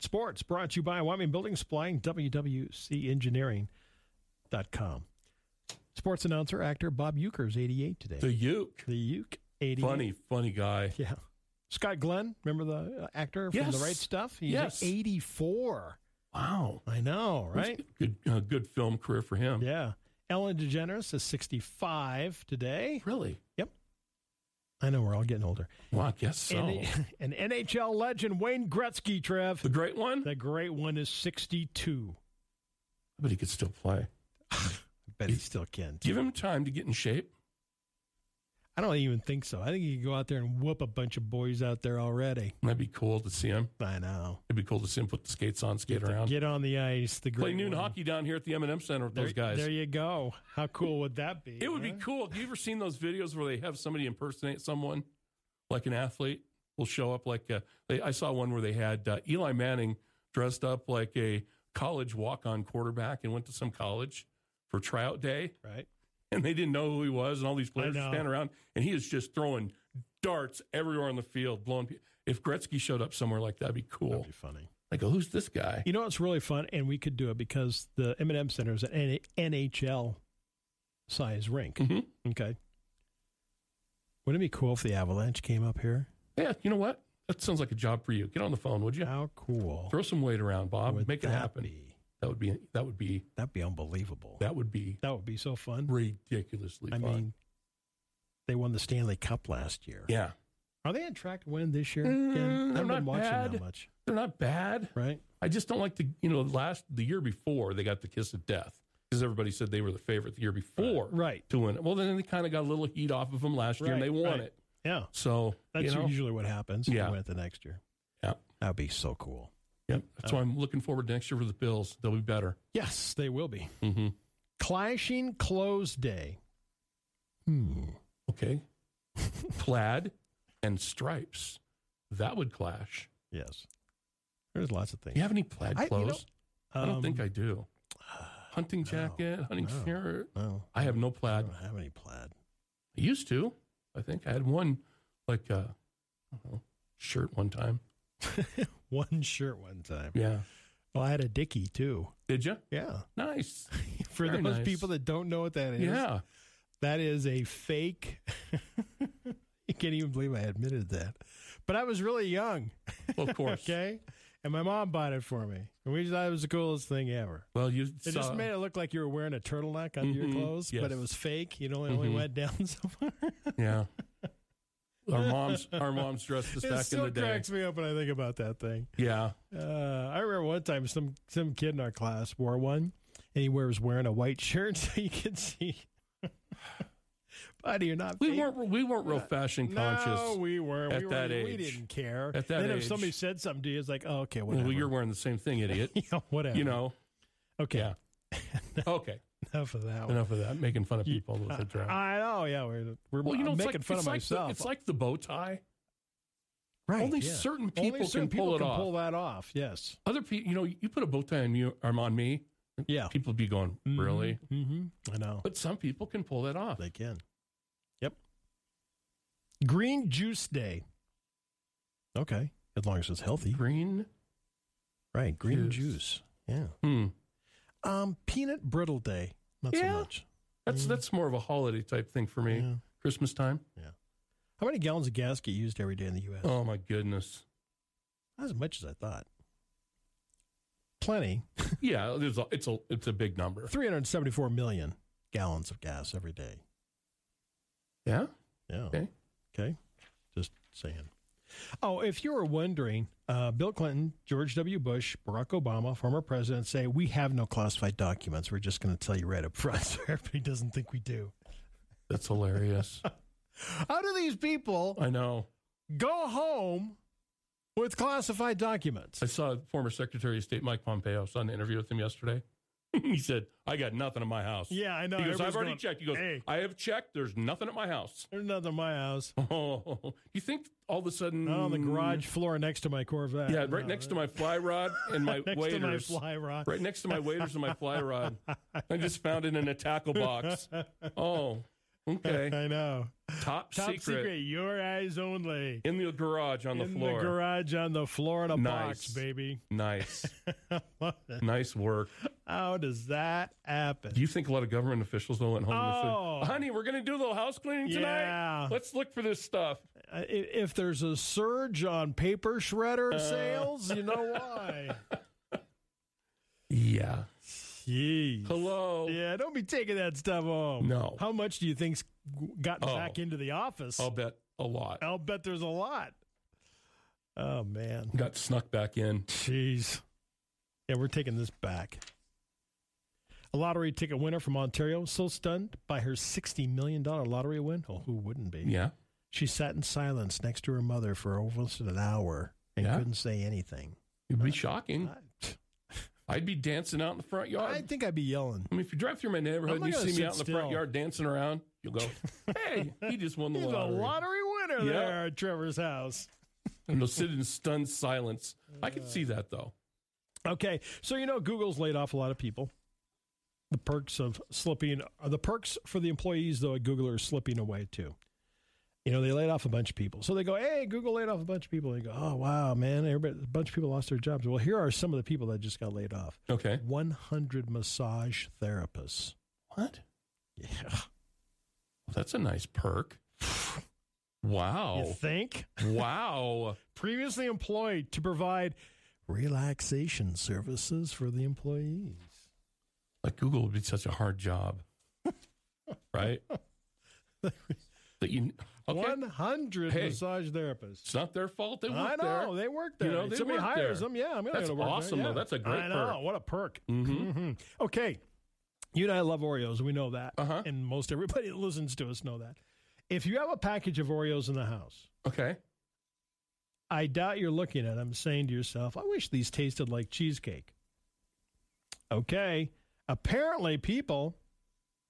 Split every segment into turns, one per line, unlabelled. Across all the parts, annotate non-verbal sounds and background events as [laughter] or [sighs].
Sports brought to you by Wyoming Building Supplying, WWCEngineering.com. Sports announcer, actor Bob Euchre is 88 today.
The Uke.
The Uke, 88.
Funny, funny guy.
Yeah. Scott Glenn, remember the uh, actor from
Yes.
The Right Stuff? He's
Yes.
84.
Wow.
I know, right?
Good, uh, good film career for him.
Yeah. Ellen DeGeneres is 65 today.
Really?
I know we're all getting older.
Well, I guess so.
And, [laughs] and NHL legend Wayne Gretzky, Trev.
the great one? I
The great one is 62.
bet he could still play.
I bet he still can.
Give him time to get in shape.
I don't even think so. I think he could go out there and whoop a bunch of boys out there already.
That'd be cool to see him.
I know.
It'd be cool to see him put the skates on, skate around.
Get on the ice. The
Play
great
noon
one.
hockey down here at the M&M Center with
There,
those guys.
there you go. How cool would that be?
It would be
huh?
cool. Have you ever seen those videos where they have somebody impersonate someone, like an athlete? Will show up like uh they, I saw one where they had uh, Eli Manning dressed up like a college walk-on quarterback and went to some college for tryout day,
right?
and they didn't know who he was, and all these players
know.
stand around, and he is just throwing darts everywhere on the field, blowing. Pe- if Gretzky showed up somewhere like that, would be cool.
That'd be funny.
I go, who's this guy?
You know what's really fun, and we could do it because the M&M Center is an N- NHL size rink.
hmm
Okay. Wouldn't it be cool if the Avalanche came up here?
Yeah, you know what? That sounds like a job for you. Get on the phone, would you?
How cool
Throw some weight around, Bob.
would
Make it
that
happen.
be?
That would be that would be
That'd be unbelievable. That,
that would be
would be so fun.
ridiculously
I
fun.
mean, they won the Stanley Cup last year.
yeah,
Are they on track to win this year?
Mm,
Ken? I
they're
haven't
not
been watching
bad.
that much,
they're not bad.
right?
I just don't like the you know last the year before they got the kiss of death because everybody said they were the favorite the year before
Right.
to win it. Well, then they kind of got a little heat off of them last year and
Right,
they won
right.
it.
Yeah.
So
That's
you know,
usually what happens. They
Yeah.
win it the next year.
yeah,
That'd be so cool.
yeah. That's why I'm looking forward to next year for the Bills. They'll be better.
Yes, they will be.
hmm
Clashing Close Day. Hmm. [laughs]
Okay, plaid and stripes that would clash.
Yes. There's lots of
Do
things.
you have any plaid
I- you
clothes?
know,
I don't think
Um,
I do.
[sighs]
Hunting jacket, hunting
no.
shirt.
No.
I have no
I
plaid.
don't have any plaid. [laughs]
I used to. I think I had one, like uh, I don't know, shirt one time.
One shirt one time.
Yeah.
Well, I had a dicky too.
Did you?
Yeah.
Nice.
For
Very
those
nice.
people that don't know what that is,
yeah.
that is a fake. [laughs] you can't even believe I admitted that. But I was really young, [laughs]
Well, of course.
okay? And my mom bought it for me. And we just thought it was the coolest thing ever.
Well, you
It
saw.
just made it look like you were wearing a turtleneck under your
Mhm,
clothes, but it
yes.
was fake. You know, it only
Mhm.
went down [laughs] so far. [laughs]
yeah. Our moms, our moms dressed us
It
back in
still
the day.
cracks me up when I think about that thing.
Yeah.
Uh, I remember one time some some kid in our class wore one, and he was wearing a white shirt, [laughs] so you could see. [laughs] Buddy, you're not.
We
fake.
weren't. We weren't real fashion conscious.
No, we weren't.
at
we,
that
weren't- we
age.
didn't care.
At that
then if
age.
somebody said something to you, it's like, oh, okay, whatever.
well,
[laughs]
you're wearing the same thing, idiot.
yeah, whatever.
you know.
Okay,
Yeah.
[laughs]
Okay.
enough of that. One.
Enough of that. Making fun of people with the dress.
I know. Yeah, we're we're
Well, you know,
I'm
it's
making
like,
fun of
it's like the-
myself.
it's like the bow tie.
right,
Only
yeah.
certain
Only
people
certain
can pull
people
it off.
Pull that off. Yes.
Other people, you know, you put a bow tie on you or on me,
Yeah.
people would be going, really?
Mm-hmm. I know.
But some people can pull that off.
They can. Yep. Green Juice Day. Okay. As long as it's healthy.
Green.
Right. Green
juice.
juice. Yeah.
Hmm.
Um, Peanut Brittle Day. Not
Yeah.
so much.
That's
Mm.
that's more of a holiday type thing for me.
Yeah.
Christmas time.
How many gallons of gas get used every day in the U.S.?
Oh my goodness.
Not as much as I thought. Plenty.
Yeah, there's a, it's a it's a big number.
374 million gallons of gas every day.
Yeah.
Yeah.
Okay.
Okay. Just saying. Oh, if you were wondering, uh, Bill Clinton, George W. Bush, Barack Obama, former president, say we have no classified documents. We're just going to tell you right up front, [laughs] so everybody doesn't think we do.
That's hilarious. [laughs]
How do these people
I know.
go home with classified documents?
I saw former Secretary of State Mike Pompeo. I saw an interview with him yesterday. [laughs] he said, "I got nothing at my house."
Yeah, I know.
He goes,
Everybody's
"I've already
going,
checked." He goes,
"Hey."
"I have checked. There's nothing at my house." [laughs]
There's nothing in my house.
Oh, you think all of a sudden?
Not on Oh, the garage floor next to my Corvette.
Yeah, right next to my fly rod
[laughs]
and my
next
waders.
to my fly rod. [laughs]
Right next to my waders and my fly rod. I just found it in a tackle box. Oh, Okay.
I know.
Top,
Top secret. your eyes only.
In the garage on the
in the
floor.
garage on the floor in a box,
Nice.
baby.
nice.
[laughs] Love it.
nice work.
How does that happen?
Do you think a lot of government officials though went home
Oh.
and said, "Honey, we're going to do a little house cleaning tonight.
Yeah.
Let's look for this stuff."
Uh, i- if there's a surge on paper shredder
Uh,
sales, you
[laughs]
know why.
Yeah.
Jeez.
Hello.
Yeah, don't be taking that stuff home.
No.
How much do you think's gotten
Oh.
back into the office?
I'll bet a lot
I'll bet there's a lot. Oh man.
got snuck back in.
Jeez. Yeah, we're taking this back. A lottery ticket winner from Ontario, so stunned by her $60 million lottery win. Oh, who wouldn't be?
Yeah.
She sat in silence next to her mother for almost an hour and
Yeah.
couldn't say anything.
It'd be shocking.
I,
I'd be dancing out in the front yard.
I think I'd be yelling.
I mean, if you drive through my
I'm
neighborhood
not
and you
gonna
see
sit
me out in the
still.
front yard dancing around,
[laughs]
you'll go, "Hey, he just won the
There's a
lottery."
lottery winner
Yeah.
there at Trevor's house.
And they'll sit in stunned silence. I can see that though.
Okay, so you know Google's laid off a lot of people. The perks of slipping, uh, the perks for the employees though at Google are slipping away too. You know they laid off a bunch of people, so they go, "Hey, Google laid off a bunch of people." And you go, "Oh wow, man! Everybody, a bunch of people lost their jobs." Well, here are some of the people that just got laid off:
Okay.
100 massage therapists.
What?
Yeah,
Well, that's a nice perk. [sighs]
you
Wow.
[laughs] think?
wow.
Previously employed to provide relaxation services for the employees.
Like Google would be such a hard
[laughs]
job, right? that you okay.
100
Hey.
massage therapists.
It's not their fault. They
I
work there.
know they work there.
You know, they
Somebody
work
hires
there.
them. Yeah, I'm gonna
That's
go to work
awesome,
there.
though.
Yeah.
That's a great
I know
perk.
what a perk.
Mhm.
Mhm. Okay, you and I love Oreos. We know that,
Uh-huh.
and most everybody [laughs] that listens to us know that. If you have a package of Oreos in the house,
Okay.
I doubt you're looking at them saying to yourself, "I wish these tasted like cheesecake." Okay, apparently people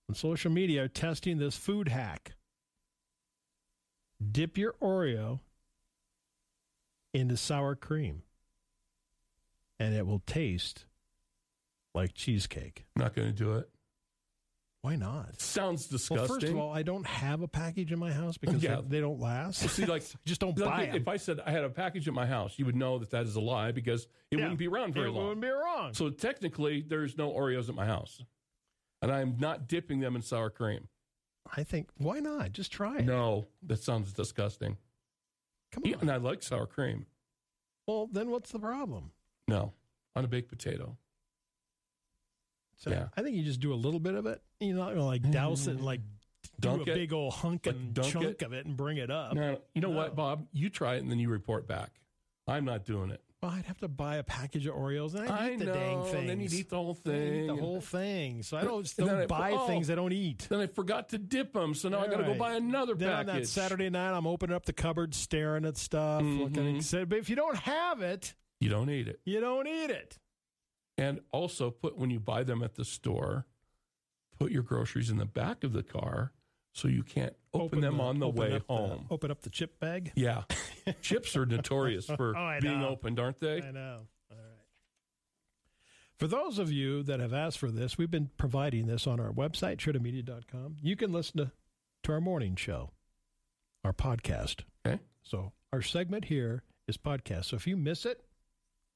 on social media are testing this food hack. Dip your Oreo into sour cream, and it will taste like cheesecake.
Not going to do it.
Why not?
Sounds disgusting.
Well, first of all, I don't have a package in my house
[laughs]
because
Yeah.
they, they don't last.
Well, see,
[laughs]
like-
I just don't
Like,
buy
if
them.
I said I had a package at my house, you would know that that is a lie because it
Yeah.
wouldn't be around very
it
long.
wouldn't be wrong.
So technically, there's no Oreos at my house, and I'm not dipping them in sour cream.
I think why not? Just try it.
No, that sounds disgusting.
Come on.
Yeah, and I like sour cream.
Well, then what's the problem?
No, on a baked potato.
So
Yeah.
I think you just do a little bit of it. You're not gonna like douse it and like
Dunk
do a
it?
big old hunk
Like,
and
dunk
chunk
it?
of it and bring it up.
No, you know
No.
what, Bob? You try it and then you report back. I'm not doing it.
Well, I'd have to buy a package of Oreos and I'd
I
eat the
know.
dang things.
and then you eat the whole
I'd
thing.
eat the
and-
whole thing. So I don't just
And then
don't buy
I- oh.
things I don't eat.
Then I forgot to dip them, so now I got to
Right.
go buy another
Then on
package.
that Saturday night, I'm opening up the cupboard, staring at stuff, looking
Mhm.
excited. But if you don't have it,
You don't eat it.
you don't eat it.
And also put when you buy them at the store, put your groceries in the back of the car so you can't open, them
the- Oh.
on the
open
way
up
home.
open up the chip bag.
Yeah. Chips are notorious
[laughs]
for
Oh, I
being
know.
opened, aren't they?
I know. All right. For those of you that have asked for this, we've been providing this on our website, tritomedia.com. You can listen to, to our morning show, our podcast.
Okay.
So our segment here is podcast. So if you miss it,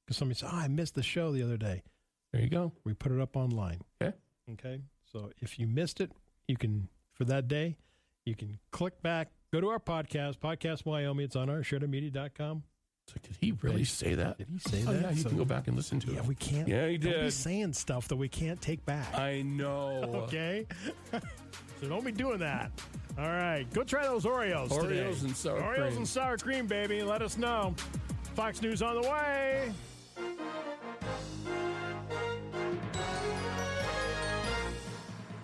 because somebody said, oh, I missed the show the other day,
There you go.
we put it up online.
Okay.
Okay. So if you missed it, you can, for that day, you can click back, go to our podcast, Podcast Wyoming. It's on our com.
It's like, did he really say that?
Did he say
Oh,
that?
yeah, you
So-
can go back and listen to
Yeah,
it.
we can't.
Yeah, he
Don't be
did. Uh,
saying stuff that we can't take back.
I know.
[laughs] okay. so don't be doing that. All right, go try those Oreos. today.
Oreos and sour
Oreos
cream.
and sour cream, baby. Let us know. Fox News on the way.